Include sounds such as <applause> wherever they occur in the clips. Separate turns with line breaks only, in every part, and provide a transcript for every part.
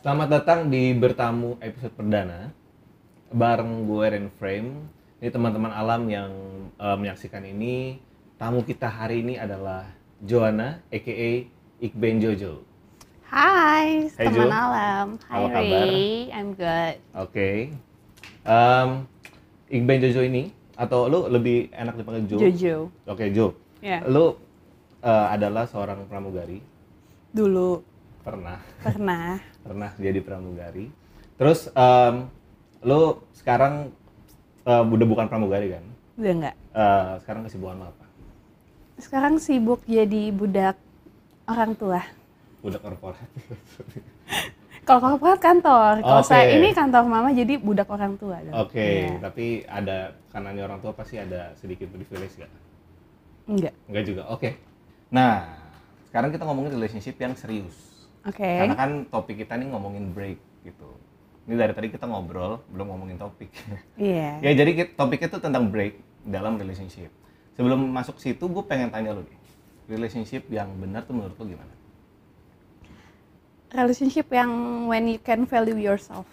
Selamat datang di Bertamu episode perdana bareng gue Ren Frame. Ini teman-teman alam yang eh, menyaksikan ini. Tamu kita hari ini adalah Joanna aka Iqben Jojo.
Hai,
Hai,
teman
Jo.
alam. Hai,
Apa kabar?
Ray. I'm good.
Oke. Em, Iqben Jojo ini atau lu lebih enak dipanggil Jo?
Jojo.
Oke, Jo.
Ya,
Lu eh, adalah seorang pramugari.
dulu
Pernah
pernah.
pernah jadi pramugari. Terus em, lu sekarang eh, udah bukan pramugari kan?
Udah nggak?
Eh, sekarang kesibukan lo apa?
Sekarang sibuk jadi budak orang tua.
Budak korporat.
<laughs> Kalau korporat kantor. Kalau
Oke.
saya ini kantor mama jadi budak orang tua. dong.
Oke,
Iya.
tapi ada kanannya orang tua pasti ada sedikit privilege gak?
Enggak.
Enggak juga. Oke. Nah, sekarang kita ngomongin relationship yang serius.
Oke.
Karena kan topik kita nih ngomongin break gitu. Ini dari tadi kita ngobrol, belum ngomongin topik.
Iya.
ya jadi kita- topiknya tuh tentang break dalam relationship. Sebelum masuk situ, gue pengen tanya lu deh. Relationship yang benar tuh menurut lu gimana?
Relationship yang when you can value yourself.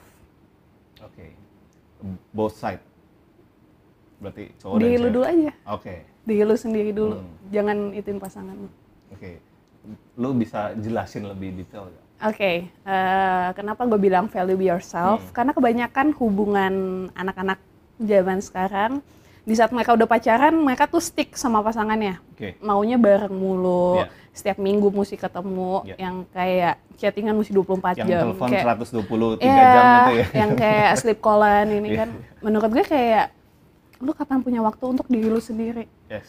Oke. Both side. Berarti cowok Oh, dan
Diri
cewek.
lu dulu aja.
Oke.
Diri lu sendiri dulu.
Hmm.
Jangan ituin pasangan lu.
Oke. Lu bisa jelasin lebih detail gak?
Oke, eh, kenapa gue bilang value yourself?
Hmm.
Karena kebanyakan hubungan anak-anak zaman sekarang, di saat mereka udah pacaran, mereka tuh stick sama pasangannya.
Oke.
Maunya bareng mulu,
Iya.
setiap minggu mesti ketemu,
Iya.
yang kayak chattingan mesti 24
Yang
jam.
telepon
kayak,
123
<laughs> Iya,
jam itu ya.
yang
<laughs>
kayak sleep callan ini
Iya.
kan. Menurut gue kayak, lu kapan punya waktu untuk diri lu sendiri?
Yes.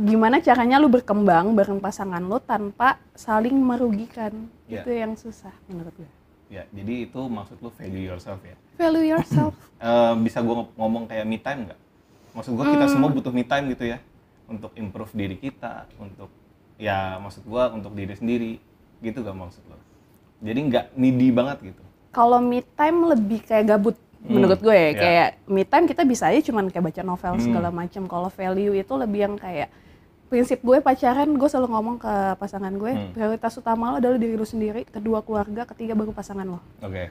Gimana caranya lu berkembang bareng pasangan lu tanpa saling merugikan?
Iya.
Itu yang susah menurut gue.
Ya, jadi itu maksud lu value yourself ya.
value
<laughs>
yourself.
Eh, bisa gua ng- ngomong kayak me time nggak? Maksud gua
Hmm.
kita semua butuh me time gitu ya. Untuk improve diri kita, untuk ya maksud gua untuk diri sendiri gitu gak maksud lo? Jadi nggak needy banget gitu.
Kalau me time lebih kayak gabut
Hmm,
menurut gue
ya.
kayak me time kita bisa aja cuman kayak baca novel
Hmm.
segala macam. Kalau value itu lebih yang kayak prinsip gue pacaran gue selalu ngomong ke pasangan gue
Hmm.
prioritas utama lo adalah diri lo sendiri, kedua keluarga, ketiga baru pasangan lo.
Oke.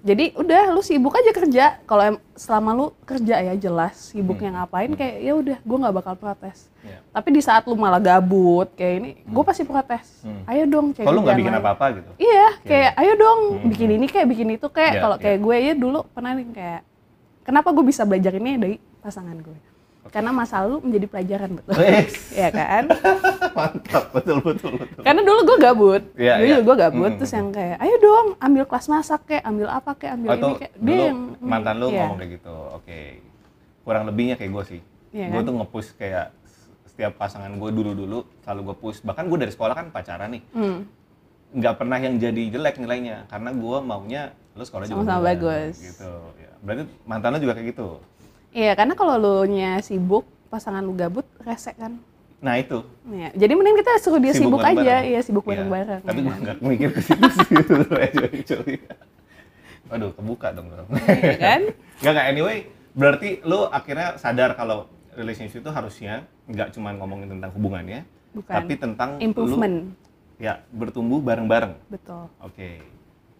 Jadi udah lu sibuk aja kerja. Kalau em- selama lu kerja ya jelas
Hmm.
sibuknya ngapain kayak ya udah gue nggak bakal protes.
Iya.
Tapi di saat lu malah gabut kayak ini, gue pasti protes.
Hmm.
Ayo dong cari
Kalau lu nggak
jalan
bikin
lain.
apa-apa
<laughs>
gitu.
Iya,
Oke.
kayak ayo dong
Hmm.
bikin ini kayak bikin itu kayak
Iya,
kalau
iya.
kayak gue ya dulu pernah nih kayak kenapa gue bisa belajar ini dari pasangan gue. Karena masa lalu menjadi pelajaran betul.
Wes.
<laughs> Iya kan?
Mantap, betul betul betul.
Karena dulu gue gabut.
Iya,
dulu
iya.
gue gabut
Hmm.
terus yang kayak ayo dong ambil kelas masak kayak ambil apa kayak ambil
Atau
ini kayak
dulu
hmm,
mantan lu
iya.
ngomong kayak gitu, oke. Kurang lebihnya kayak gue sih.
Iya
gue
kan?
tuh nge-push kayak setiap pasangan gue dulu-dulu selalu gue push. Bahkan gue dari sekolah kan pacaran nih,
Hmm,
nggak pernah yang jadi jelek nilainya karena gue maunya lu sekolah juga
Sama-sama
bener,
bagus.
Gitu. Ya. Berarti mantan lu juga kayak gitu.
Iya, karena kalau lu nya sibuk, pasangan lu gabut, rese kan.
Nah itu.
Iya. Jadi mending kita suruh dia sibuk, aja,
bareng-bareng.
iya sibuk
Iya.
bareng-bareng.
Tapi
ya
gue
kan?
nggak mikir ke situ sih <laughs> sebenarnya, actually. Waduh, kebuka dong. Bro. <laughs>
Iya kan?
Gak, gak. Anyway, berarti lu akhirnya sadar kalau relationship itu harusnya nggak cuma ngomongin tentang hubungannya,
Bukan.
tapi tentang lu-
Improvement,
ya, bertumbuh bareng-bareng.
betul.
Oke.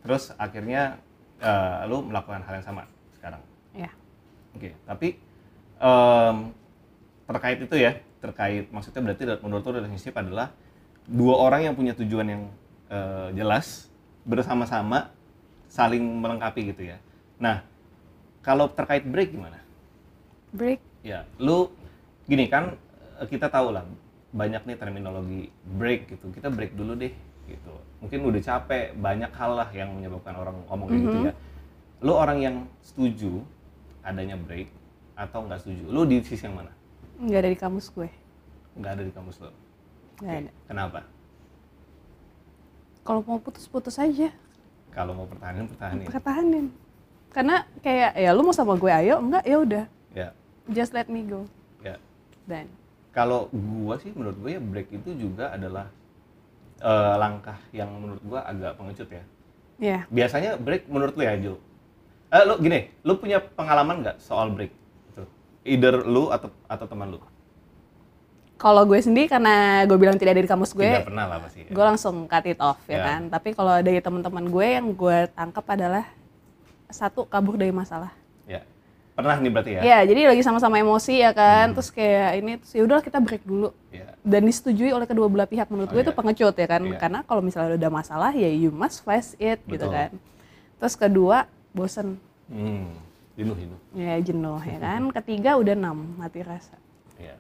Terus akhirnya eh, lu melakukan hal yang sama sekarang.
Iya.
Oke, tapi em, terkait itu ya, terkait maksudnya berarti menurut lu relationship adalah dua orang yang punya tujuan yang eh, jelas bersama-sama saling melengkapi gitu ya. Nah, kalau terkait break gimana?
Break
Ya, lu gini kan eh, kita tahu lah banyak nih terminologi break gitu. Kita break dulu deh gitu. Mungkin udah capek, banyak hal lah yang menyebabkan orang ngomong kayak gitu ya.
Mm-hmm.
Lu orang yang setuju adanya break atau nggak setuju? Lu di sisi yang mana?
nggak ada di kamus gue.
Nggak ada di kampus lu.
Nggak
Oke,
ada.
Kenapa?
Kalau mau putus-putus aja,
Kalau mau pertahanin pertahanin.
pertahanin. Karena kayak ya lu mau sama gue ayo, enggak ya udah.
Ya,
Just let me go.
ya.
Dan
Kalau gua sih menurut gue ya break itu juga adalah eh, langkah yang menurut gua agak pengecut ya.
ya,
biasanya break menurut lu ya Jo eh lu gini lu punya Gitu. pengalaman nggak soal break itu either lu atau atau teman lu
kalau gue sendiri karena gue bilang tidak dari kampus gue,
tidak pernah lah pasti ya.
gue langsung cut it off ya
Ya.
kan. Tapi kalau dari teman-teman gue yang gue tangkap adalah satu kabur dari masalah.
Ya. pernah nih berarti ya, Hmm.
Ya, jadi lagi sama-sama emosi ya kan. Terus kayak ini terus ya udahlah kita break dulu
Ya.
dan disetujui oleh kedua belah pihak menurut
Oh,
gue
iya.
itu pengecut ya kan.
Iya.
Karena kalau misalnya udah masalah ya you must face it gitu
Betul.
kan. Terus kedua bosen
hmm. jenuh jenuh
ya jenuh
<laughs>
ya kan. Ketiga udah enam mati rasa.
ya.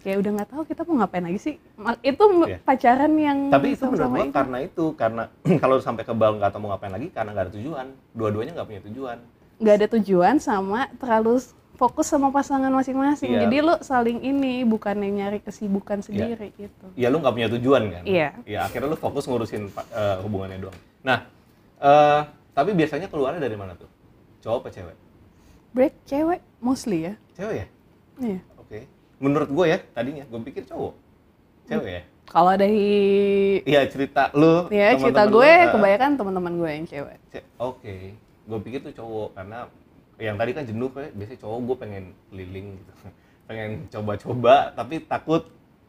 Kayak udah nggak tahu kita mau ngapain lagi sih. Ma- Itu m-
Iya.
pacaran yang
tapi itu menurut
sama-sama
gue
itu.
karena itu karena <clears throat> kalau sampai kebal nggak tahu mau ngapain lagi karena nggak ada tujuan dua-duanya nggak punya tujuan
nggak ada tujuan sama terlalu s- fokus sama pasangan masing-masing.
Iya.
Jadi lu saling ini bukan yang nyari kesibukan sendiri gitu.
ya lu nggak punya tujuan kan
Iya.
ya akhirnya lu fokus ngurusin pa- eh, hubungannya doang nah eh, tapi biasanya keluarnya dari mana tuh cowok apa cewek
Break cewek mostly ya.
cewek ya
Iya.
oke menurut gue ya tadinya gue pikir cowok cewek ya
Kalau dari
iya cerita lu
ya cerita
teman-teman lu,
gue
eh,
kebanyakan teman-teman gue yang cewek.
ce- oke gue pikir tuh cowok karena yang tadi kan jenuh kayak biasanya cowok gue pengen keliling gitu <laughs> pengen coba-coba tapi takut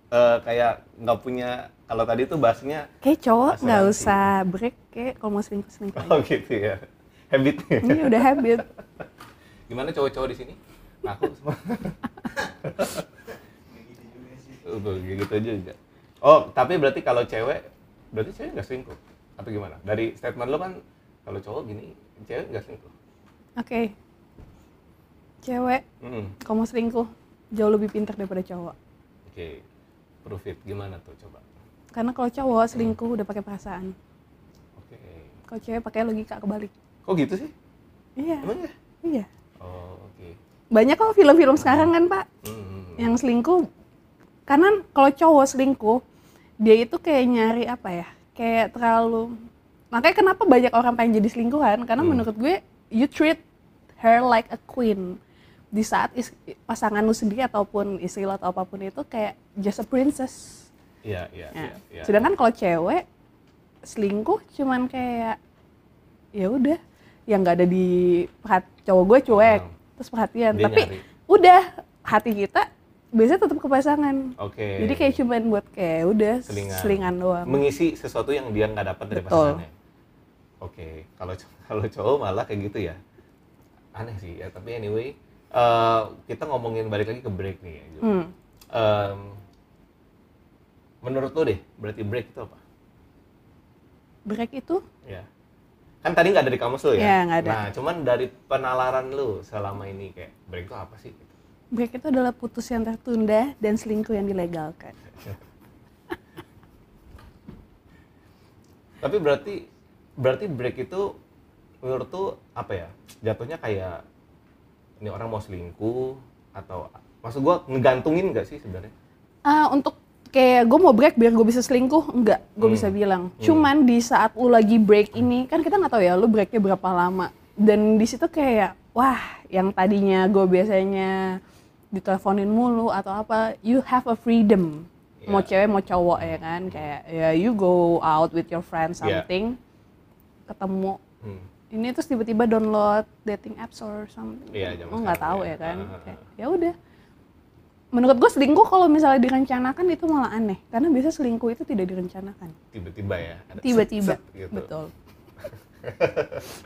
eh, kayak nggak punya kalau tadi tuh bahasnya <laughs>
Kayak cowok nggak
Asuransi.
usah break kayak kalau mau selingkuh
<laughs>
selingkuh aja.
oh gitu ya habitnya
Ini udah habit.
Gimana cowok-cowok di sini? Aku semua. Begitu gitu juga. Oh, tapi berarti kalau cewek, berarti cewek nggak selingkuh? Atau gimana? Dari statement lo kan, kalau cowok gini, cewek nggak selingkuh.
Oke. Cewek
Mm.
kalau mau selingkuh jauh lebih pintar daripada cowok.
Oke, prove it. Gimana tuh coba?
Karena kalau cowok selingkuh udah pakai perasaan.
Oke.
Kalau cewek pakai logika kebalik.
Kok gitu sih?
Iya.
Emang ya?
Iya.
Oh, oke.
Banyak kok film-film sekarang kan, Pak,
Hmm.
yang selingkuh karena kalau cowok selingkuh dia itu kayak nyari apa ya? Kayak terlalu makanya kenapa banyak orang pengen jadi selingkuhan karena
Hmm.
menurut gue you treat her like a queen di saat is, pasangan lu sendiri ataupun istri lo atau apapun itu kayak just a princess.
Iya, iya,
Ya.
iya, iya.
Sedangkan kalau cewek selingkuh cuman kayak ya udah yang nggak ada di perhat cowok gue cuek
Hmm.
terus perhatian
Dia
tapi
nyari.
udah hati kita biasanya tetap ke pasangan
Oke.
jadi kayak cuman buat kayak ya udah
Selingan.
selingan, doang
mengisi sesuatu yang dia nggak dapat dari
Betul.
pasangannya. Oke, kalau cow- <laughs> kalau cowok malah kayak gitu ya. Aneh sih ya, tapi anyway, eh, kita ngomongin balik lagi ke break nih ya. Ju.
Hmm.
Em, menurut lo deh, berarti break itu apa?
break itu
Ya. Kan tadi nggak dari kamus lo ya?
Iya, nggak ada.
Nah, cuman dari penalaran lo selama ini kayak break itu apa sih? gitu?
break itu adalah putus yang tertunda dan selingkuh yang dilegalkan
Tapi berarti berarti break itu menurut tuh apa ya? Jatuhnya kayak ini orang mau selingkuh atau maksud gua ngegantungin nggak sih sebenarnya?
ah untuk kayak gue mau break biar gue bisa selingkuh enggak gue
Hmm.
bisa bilang cuman di saat lu lagi break ini kan kita nggak tahu ya lu breaknya berapa lama dan di situ kayak wah yang tadinya gue biasanya diteleponin mulu atau apa you have a freedom mau
Iya.
cewek mau cowok ya kan kayak ya you go out with your friends
Iya.
something ketemu
Hmm.
ini terus tiba-tiba download dating apps or something.
Iya, zaman
Lo nggak
sekarang
tahu
ya.
ya kan.
Ah.
Kayak, Ya udah. Menurut gue selingkuh kalau misalnya direncanakan itu malah aneh karena biasa selingkuh itu tidak direncanakan.
Tiba-tiba ya. ada
Tiba-tiba.
set, set gitu. <laughs>
Betul.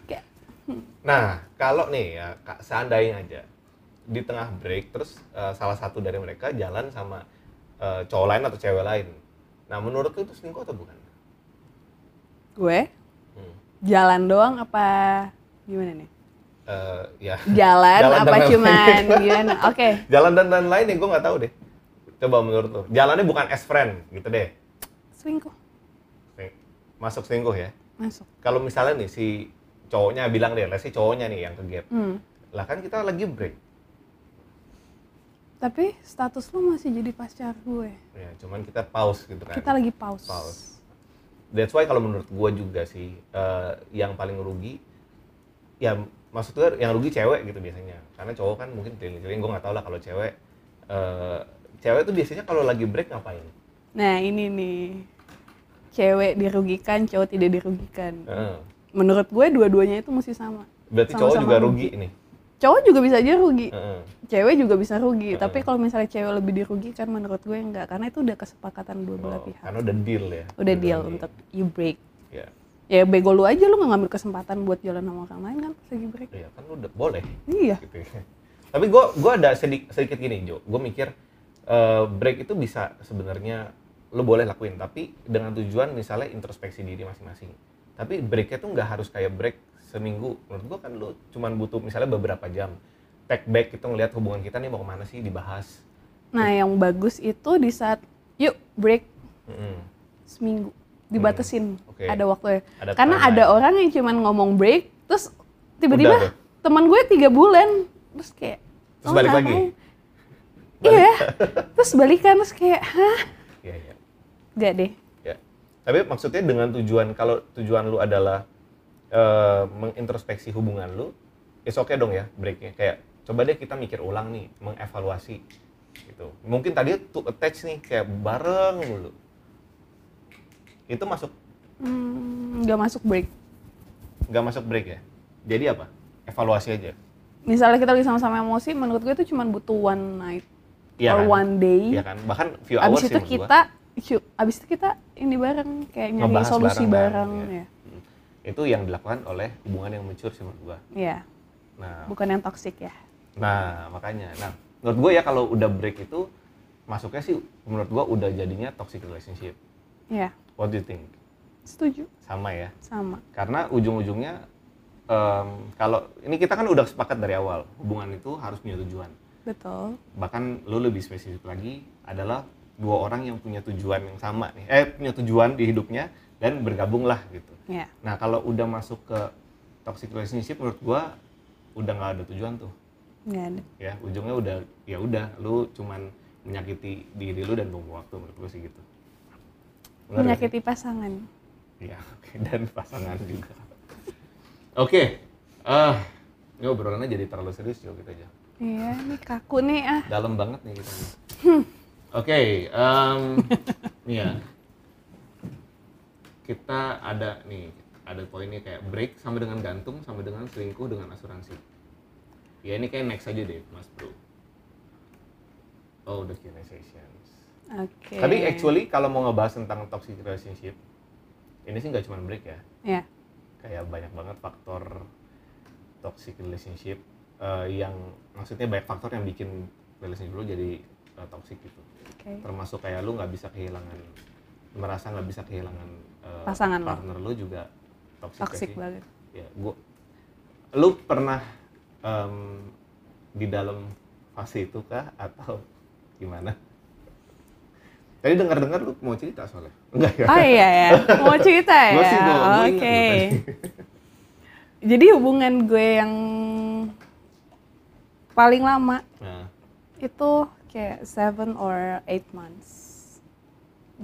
Kayak
Nah, kalau nih ya Kak, seandainya aja di tengah break terus eh, salah satu dari mereka jalan sama eh, cowok lain atau cewek lain. Nah, menurut lu itu selingkuh atau bukan?
gue
Hmm.
jalan doang apa gimana nih?
Eh, ya. <laughs>
Jalan,
Jalan
apa
doang.
cuman
<laughs>
gimana? Oke.
Jalan dan lain lain nih gue nggak tahu deh. Coba menurut lo, jalannya bukan as friend gitu deh.
Selingkuh
Nih, Masuk selingkuh ya.
masuk.
Kalau misalnya nih si cowoknya bilang deh, let's say cowoknya nih yang ke gap.
Hmm.
Lah kan kita lagi break.
Tapi status lu masih jadi pacar gue.
Ya, cuman kita pause gitu kan.
Kita lagi pause.
Pause. That's why kalau menurut gue juga sih eh, yang paling rugi ya maksud gue yang rugi cewek gitu biasanya. Karena cowok kan mungkin keliling-keliling gue nggak tahu lah kalau cewek eh, cewek tuh biasanya kalau lagi break ngapain?
Nah ini nih cewek dirugikan, cowok tidak dirugikan.
Heeh.
Menurut gue dua-duanya itu mesti sama.
berarti
Sama-sama
cowok juga
rugi.
rugi nih.
cowok juga bisa aja rugi
Heeh.
cewek juga bisa rugi tapi kalau misalnya cewek lebih dirugikan menurut gue enggak karena itu udah kesepakatan dua belah
Oh,
pihak
karena udah deal ya
udah deal untuk you break
ya
ya bego lu aja lu nggak ngambil kesempatan buat jalan sama orang lain kan pas lagi break
Iya, kan udah boleh
iya
gitu tapi gue gua ada sedikit, sedikit gini Jo gue mikir eh, break itu bisa sebenarnya lo boleh lakuin tapi dengan tujuan misalnya introspeksi diri masing-masing tapi breaknya tuh nggak harus kayak break seminggu menurut gue kan lo cuman butuh misalnya beberapa jam take back itu ngelihat hubungan kita nih mau kemana sih dibahas
nah yang bagus itu di saat yuk break
Mm-mm.
seminggu dibatasin
Oh, iya. Oke.
ada waktunya
Ada
karena
timeline.
ada orang yang cuman ngomong break terus
Udah
tiba-tiba
tuh.
teman gue tiga bulan terus kayak
Terus
"Lo
balik lagi?"
ngapain?" iya terus balikan terus kayak hah
Iya, iya.
gak deh
Ya. Tapi maksudnya dengan tujuan kalau tujuan lu adalah eh, mengintrospeksi hubungan lu, it's okay dong ya breaknya. Kayak coba deh kita mikir ulang nih, mengevaluasi gitu. Mungkin tadi tuh attach nih kayak bareng dulu. Itu masuk
Hmm, nggak masuk break
nggak masuk break ya? Jadi apa? Evaluasi aja.
misalnya kita lagi sama-sama emosi menurut gue itu cuman butuh one night
Iya
or
kan?
one day
Iya kan? Bahkan few hours
abis
sih
itu
menurut gua.
kita yuk, abis itu kita ini bareng kayak nyari
Ngebahas kan,
solusi bareng,
bareng-bareng,
ya.
Hmm. Itu yang dilakukan oleh hubungan yang mature sih menurut gua.
Iya,
Nah,
bukan yang toksik ya
Nah, makanya. Nah, menurut gue ya kalau udah break itu masuknya sih menurut gue udah jadinya toxic relationship.
Iya,
What do you think?
setuju
Sama ya.
sama
Karena ujung-ujungnya em, kalau ini kita kan udah sepakat dari awal, hubungan itu harus punya tujuan.
betul
Bahkan lu lebih spesifik lagi adalah dua orang yang punya tujuan yang sama nih. Eh, punya tujuan di hidupnya dan bergabunglah gitu.
ya
Nah, kalau udah masuk ke toxic relationship menurut gua udah nggak ada tujuan tuh.
nggak ada
ya ujungnya udah ya udah lu cuman menyakiti diri lu dan tunggu waktu menurut gue sih gitu Benar nggak sih?
menyakiti pasangan
Iya, oke. dan pasangan juga oke ah ini obrolannya jadi terlalu serius juga kita aja
iya ini kaku nih ah
dalam banget nih kita nih. oke em, iya kita ada nih ada poinnya kayak break sama dengan gantung sama dengan selingkuh dengan asuransi ya ini kayak next aja deh mas bro oh the Q&A sessions
oke
tapi actually kalau mau ngebahas tentang toxic relationship ini sih nggak cuma break ya
ya
kayak banyak banget faktor toxic relationship eh, yang maksudnya banyak faktor yang bikin relationship lu jadi eh, toxic gitu
oke
termasuk kayak lu nggak bisa kehilangan merasa nggak bisa kehilangan eh,
Pasangan lu.
partner lu juga toxic, gak
toksik
sih?
banget
ya gua lu pernah em, di dalam fase itu kah atau gimana tadi dengar-dengar lu mau cerita soalnya enggak ya
oh iya ya mau
<laughs>
cerita ya
Gua sih gua- gua
oke
ingat lu tadi.
jadi hubungan gue yang paling lama
nah
itu kayak seven or eight months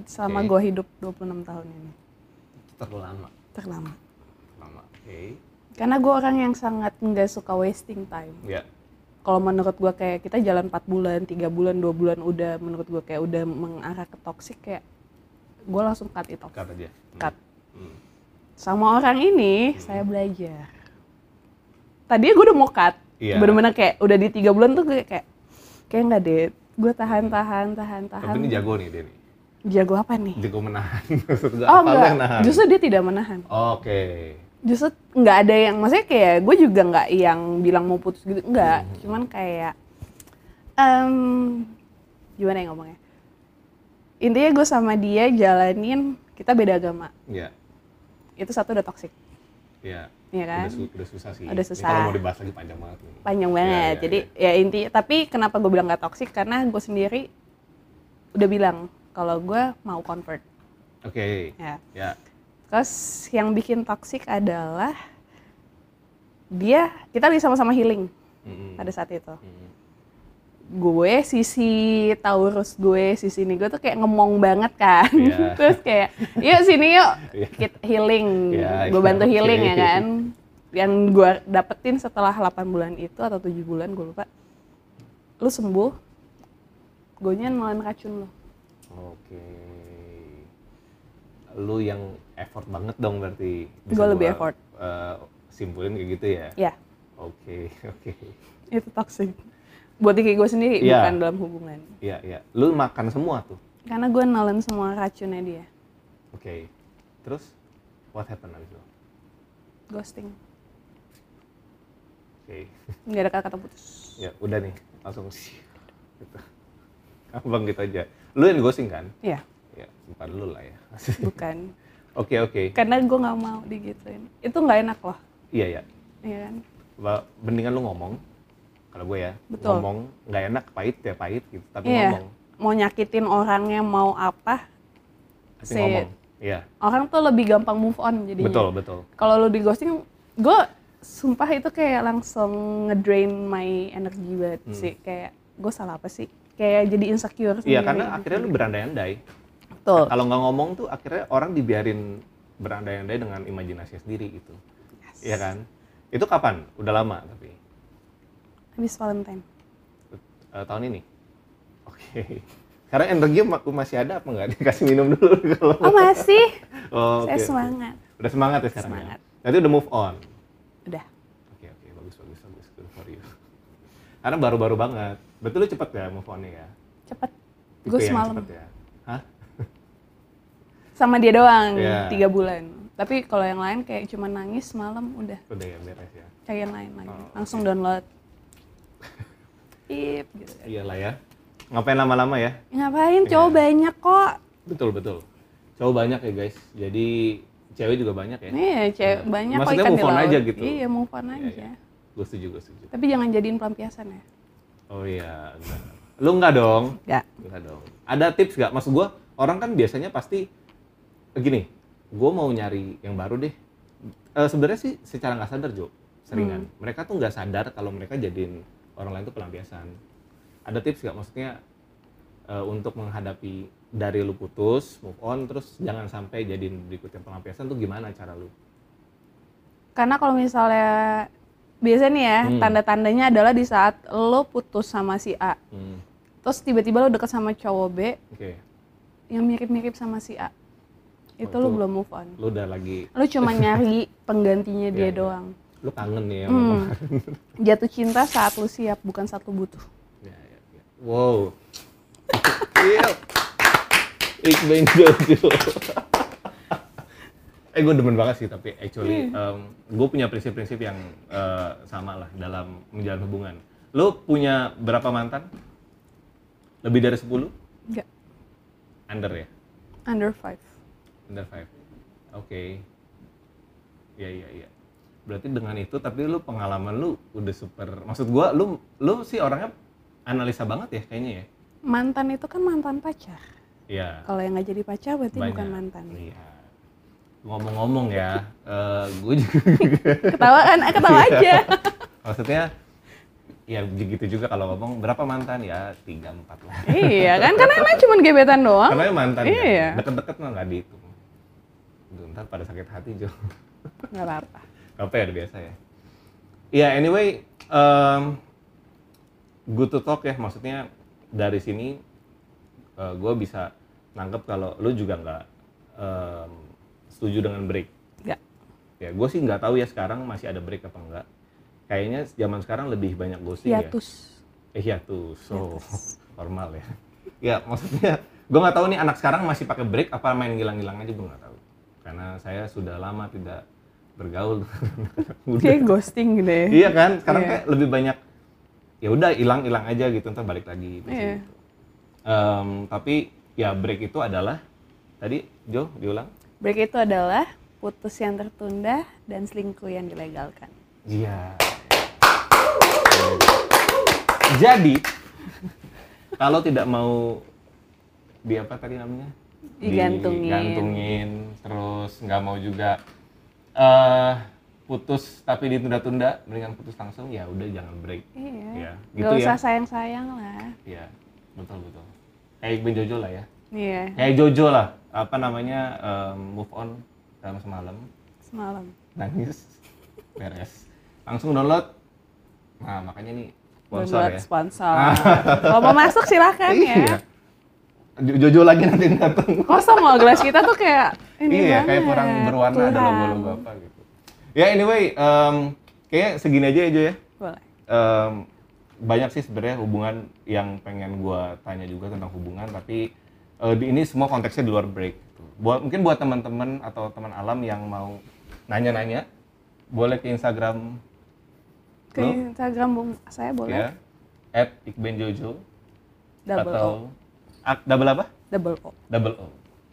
selama
Oke.
gue hidup 26 tahun ini
terlalu lama
terlama
lama oke
karena gue orang yang sangat nggak suka wasting time
ya
kalau menurut gue kayak kita jalan 4 bulan tiga bulan dua bulan udah menurut gue kayak udah mengarah ke toxic kayak gue langsung cut it off
cut aja Hmm.
Cut.
Hmm.
sama orang ini saya belajar tadinya gue udah mau cut
Iya.
bener-bener kayak udah di tiga bulan tuh gue kayak kayak nggak deh gue tahan tahan tahan tahan
tapi ini jago nih dia nih
jago apa nih
jago menahan <laughs> maksud gua
Oh
apa lu
enggak,
yang nahan
justru dia tidak menahan.
oke
Justru nggak ada yang, maksudnya kayak gue juga nggak yang bilang mau putus gitu, nggak.
Hmm.
Cuman kayak, em, gimana ya ngomongnya? Intinya gue sama dia jalanin, kita beda agama.
ya
Itu satu udah toxic,
ya
ya kan?
udah, su- udah susah sih
Udah
Ini
susah.
kalau mau dibahas lagi panjang banget nih.
Panjang banget.
Ya, ya,
Jadi ya inti, tapi kenapa gue bilang nggak toxic? Karena gue sendiri udah bilang kalau gue mau convert.
oke
Ya.
ya
Terus yang bikin toxic adalah dia kita lagi sama-sama healing
Mm-mm.
pada saat itu.
Mm-mm.
Gue sisi Taurus gue, sisi ini gue tuh kayak ngemong banget kan.
Iya.
<laughs> Terus kayak, "Yuk sini yuk,
Iya.
kita healing."
Iya,
gue bantu
oke.
healing ya kan. Yang gue dapetin setelah 8 bulan itu atau 7 bulan gue lupa. Lu sembuh, gue nelen racun lu.
Oke. Lu yang effort banget dong berarti.
Gua lebih effort.
eh, simpulin kayak gitu ya.
Ya,
Oke, <laughs> oke.
itu toxic buat diri gue sendiri
Iya.
bukan dalam hubungan
Iya, iya. Lu makan semua tuh.
karena gue nelen semua racunnya dia
Oke. Terus what happened abis itu? Oke.
ghosting nggak ada kata-kata putus
<laughs> Ya, udah nih, langsung sih. Gitu. Abang gitu aja. Lu yang ghosting kan?
ya
Ya, bukan lu lah ya. <laughs>
Iya, bukan
Oke, oke.
karena gue nggak mau digituin itu nggak enak loh
Iya, ya.
iya kan
Ba- Mendingan lu ngomong. Kalau gue ya,
Betul.
ngomong nggak enak, pahit ya pahit gitu, tapi
Iya.
ngomong.
mau nyakitin orangnya mau apa
Tapi
Say
ngomong.
it.
Iya,
orang tuh lebih gampang move on jadinya
betul, betul.
kalau lu di ghosting gue sumpah itu kayak langsung ngedrain my energy banget
Hmm.
sih kayak gue salah apa sih kayak jadi
Iya,
insecure sendiri.
karena akhirnya lu berandai-andai.
betul
Kalau nggak ngomong tuh akhirnya orang dibiarin berandai-andai dengan imajinasi sendiri gitu. Iya kan? Itu kapan? Udah lama tapi
habis Valentine
Eh, tahun ini. Oke. Karena energi ma- masih ada apa nggak? <laughs> Dikasih minum dulu kalau.
oh masih
Oh,
saya
oke.
semangat
Udah semangat ya sekarang.
Semangat.
Ya? Nanti udah move on.
udah
Oke oke bagus bagus bagus good for you. Karena baru-baru banget. Betul lu cepet ya move onnya ya.
cepet
Tipe
gue
yang
semalam
cepet ya. Hah?
sama dia doang
Iya.
tiga bulan tapi kalau yang lain kayak cuma nangis malam udah
Udah ya beres ya.
cari yang lain lagi
Oh,
langsung download
<laughs>
Ip, gitu.
Iyalah ya. Ngapain lama-lama ya?
ngapain
Iya.
cowok banyak kok
Betul betul. Cowok banyak ya guys. Jadi cewek juga banyak ya.
iya cewek
Iya.
banyak
Maksudnya
kok ikan
move on
di laut
aja gitu.
iya move on aja
iya. Gue setuju gue setuju.
tapi jangan jadiin pelampiasan ya
Oh iya. enggak. Lu enggak dong?
Enggak.
Enggak dong. Ada tips nggak? Maksud gue orang kan biasanya pasti eh, gini. Gue mau nyari yang baru deh. Eh, Sebenarnya sih secara nggak sadar Jo seringan. Mereka tuh nggak sadar kalau mereka jadiin orang lain tuh pelampiasan. Ada tips nggak? Maksudnya eh, untuk menghadapi dari lu putus, move on, terus jangan sampai jadiin berikutnya pelampiasan tuh gimana cara lu?
karena kalau misalnya biasanya nih ya
Hmm.
tanda-tandanya adalah di saat lo putus sama si A
Hmm,
terus tiba-tiba lo deket sama cowok B
Oke,
yang mirip-mirip sama si A itu
Oh,
lo
itu-
belum move on
lu udah lagi,
lo
<laughs>
cuma nyari penggantinya
Iya,
dia
iya.
doang
lu kangen ya? sama
Hmm. jatuh cinta saat lo siap bukan saat lo butuh
Ja, ja, ja. Ya, Wow. Geel. Ik ben Jojo. eh gue demen banget sih tapi actually gue punya prinsip-prinsip yang eh, sama lah dalam menjalin hubungan. Lo punya berapa mantan? Lebih dari 10?
enggak
Under ya?
under five
Under 5. Oke. Iya iya iya. Berarti dengan itu tapi lu pengalaman lu udah super. Maksud gua lu lu sih orangnya analisa banget ya kayaknya ya.
mantan itu kan mantan pacar
Iya.
kalau yang nggak jadi pacar berarti
Banyak.
bukan mantan ya.
Iya. Ngomong-ngomong ya, <laughs> eh gue juga
ketawa kan Eh, ketawa
Iya.
aja
maksudnya ya begitu juga kalau ngomong berapa mantan ya tiga empat lah.
iya kan karena emang cuma gebetan doang
Karena mantan
Oh, Iya.
kan deket-deket mah nggak dihitung. Aduh, ntar pada sakit hati Jo. <laughs>
nggak apa-apa
Apa ya udah biasa ya. Iya anyway, em good to talk ya maksudnya dari sini gue bisa nangkep kalau lu juga nggak em, setuju dengan break.
nggak
ya gue sih nggak tahu ya sekarang masih ada break apa enggak kayaknya zaman sekarang lebih banyak ghosting ya
Iya. hiatus
eh hiatus so
Hiatus.
<laughs> normal ya ya maksudnya gue nggak tahu nih anak sekarang masih pakai break apa main gilang-gilang aja gue nggak tahu karena saya sudah lama tidak bergaul <laughs> dengan anak muda. <laughs>
kayak ghosting gitu ya
iya kan sekarang
Iya.
kayak lebih banyak ya udah hilang hilang aja gitu ntar balik lagi biasanya
Iya.
gitu. Em, tapi ya break itu adalah tadi Jo diulang
break itu adalah putus yang tertunda dan selingkuh yang dilegalkan
Iya. Jadi kalau tidak mau di apa tadi namanya?
Digantungin.
Digantungin, terus nggak mau juga eh putus tapi ditunda-tunda, mendingan putus langsung ya udah jangan break. Ya,
iya nggak
gitu
usah
ya.
sayang-sayang lah
Iya, betul betul. Kayak Ben Jojo lah ya.
iya
Kayak Jojo lah, apa namanya em, move on dalam semalam
semalam
nangis beres langsung download nah makanya nih sponsor
Download
ya <laughs> Iya.
sponsor kalau mau masuk silahkan ya
Jo- Jojo lagi nanti datang
kosong loh gelas kita tuh kayak ini
iya
banget.
kayak orang berwarna ada
Tuhan.
logo logo apa gitu ya anyway em, Kayaknya segini aja aja ya.
boleh
Em, banyak sih sebenarnya hubungan yang pengen gua tanya juga tentang hubungan, tapi eh, di ini semua konteksnya di luar break. gitu. Buat mungkin buat teman-teman atau teman alam yang mau nanya-nanya, boleh ke Instagram
ke
Lo?
Instagram Bung saya boleh
ya, at ikbenjojo
double
atau
O
Ah, double apa?
double O
Double O.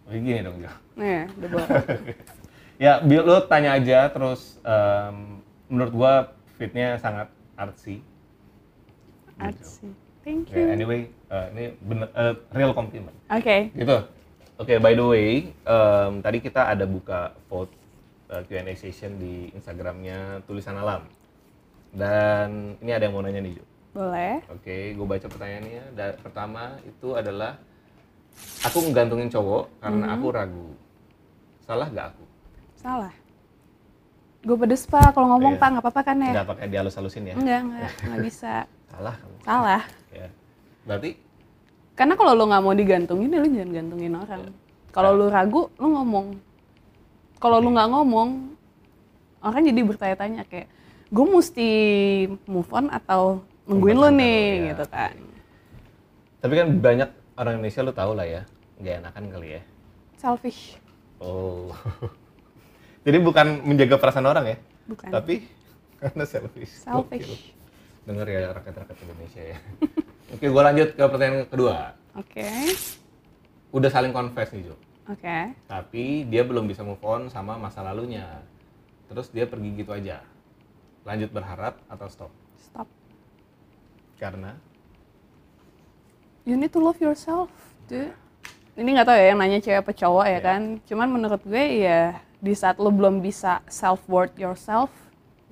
Oh, gini dong, Jo.
Iya, double
<laughs>
O
Ya, bi- lo tanya aja terus em, menurut gua fitnya sangat artsy.
Artsy. thank
Ya,
you oke
anyway, eh, ini bener, eh, real compliment. Gitu. Oke, by the way, em, tadi kita ada buka vote eh, Q&A session di Instagramnya Tulisan Alam. Dan ini ada yang mau nanya nih, Jo.
boleh
Oke, gue baca pertanyaannya. Da- pertama itu adalah aku menggantungin cowok karena
Hmm.
aku ragu. Salah nggak aku?
salah gue pedes pak kalau ngomong
Iya.
pak nggak apa-apa kan ya
Nggak pakai dialus-alusin ya?
enggak enggak nggak bisa
Salah kamu.
salah
Ya. Berarti
karena kalau lo nggak mau digantungin ya lo jangan gantungin orang
Iya.
kalau lo ragu lo ngomong kalau lo nggak ngomong orang jadi bertanya-tanya kayak gue mesti move on atau nungguin lo
Tempat santai lo, ya.
nih gitu kan
tapi kan banyak orang Indonesia lu tau lah ya, nggak enakan kali ya.
selfish
Oh. <laughs> Jadi bukan menjaga perasaan orang ya,
bukan
tapi <laughs> karena selfish. Gokil.
selfish
Dengar ya rakyat-rakyat Indonesia ya. <laughs> Oke, gua lanjut ke pertanyaan kedua.
oke
Udah saling confess nih, Jo.
oke
tapi dia belum bisa move on sama masa lalunya. Terus dia pergi gitu aja. Lanjut berharap atau stop?
stop
Karena
you need to love yourself dude ini nggak tahu ya yang nanya cewek apa cowok ya
Iya.
kan cuman menurut gue ya di saat lo belum bisa self worth yourself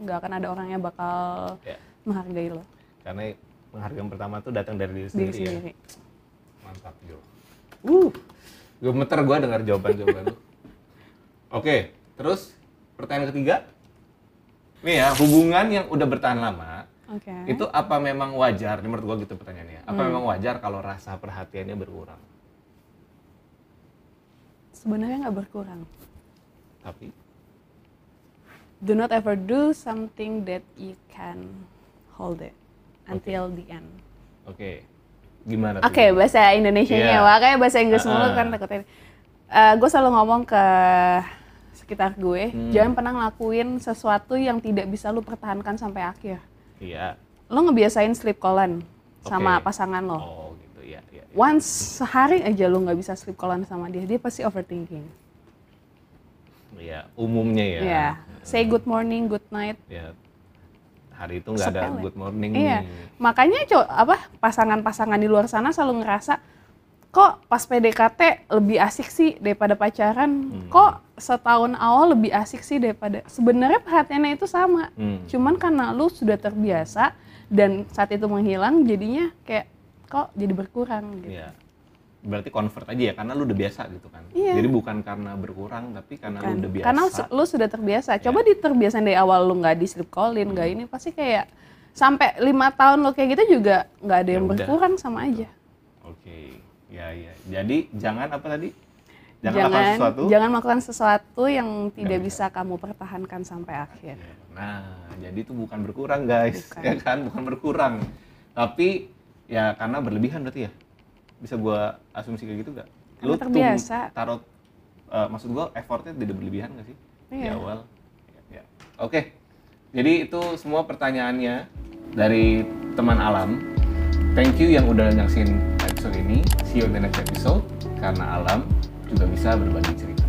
nggak akan ada orang yang bakal
ya,
menghargai lo
karena penghargaan pertama tuh datang dari diri
diri
sendiri, ya.
sendiri Uh.
Mantap, Jo. Gue meter gue dengar jawaban-jawaban lu. Oke, terus pertanyaan ketiga. Nih ya, hubungan yang udah bertahan lama,
oke Hmm.
itu apa memang wajar? Ini Menurut gua gitu pertanyaannya. Apa memang wajar kalau rasa perhatiannya berkurang?
sebenarnya nggak berkurang
Tapi
do not ever do something that you can hold it until the end
oke. Gimana
Oke, bahasa
Iya.
Indonesianya Wak. Kayak bahasa Inggris mulu
Ah.
kan takutnya. gue selalu ngomong ke sekitar gue,
Hmm.
jangan pernah ngelakuin sesuatu yang tidak bisa lu pertahankan sampai akhir.
Iya.
Lo ngebiasain sleep callan sama
Oke.
pasangan lo.
Oh gitu ya. ya, ya.
Once sehari aja lu nggak bisa sleep callan sama dia, dia pasti overthinking.
Ya, umumnya ya.
Ya, say good morning, good night.
Ya. Hari itu nggak ada
Sepele.
good morning
Iya,
nih.
makanya co- apa pasangan-pasangan di luar sana selalu ngerasa kok pas PDKT lebih asik sih daripada pacaran,
Hmm.
kok setahun awal lebih asik sih daripada sebenarnya perhatiannya itu sama,
Hmm.
cuman karena lu sudah terbiasa dan saat itu menghilang jadinya kayak kok jadi berkurang gitu.
Iya. Berarti convert aja ya karena lu udah biasa gitu kan.
Iya.
Jadi bukan karena berkurang tapi karena lu
Kan?
udah biasa. Iya.
Karena su- lu sudah terbiasa. Coba diterbiasain dari awal lu nggak di sleep
Hmm.
callin, nggak ini pasti kayak sampai lima tahun lo kayak gitu juga nggak ada
Ya
yang
udah.
berkurang sama aja.
Oke. Ya ya. Jadi jangan apa tadi? Jangan,
jangan
lakukan sesuatu.
jangan melakukan sesuatu yang tidak
Nggak
bisa kamu pertahankan sampai akhir.
Ya. Nah, jadi itu bukan berkurang guys,
Iya. Bukan.
ya kan? Bukan berkurang. Tapi ya karena berlebihan berarti ya. Bisa gua asumsi kayak gitu nggak?
Karena
tum-
terbiasa.
Taruh, eh, maksud gua effortnya tidak berlebihan nggak sih di
Iya.
awal? Ya. Oke, jadi itu semua pertanyaannya dari teman alam. Thank you yang udah nyaksiin episode ini. See you in the next episode. Karena alam juga bisa berbagi cerita.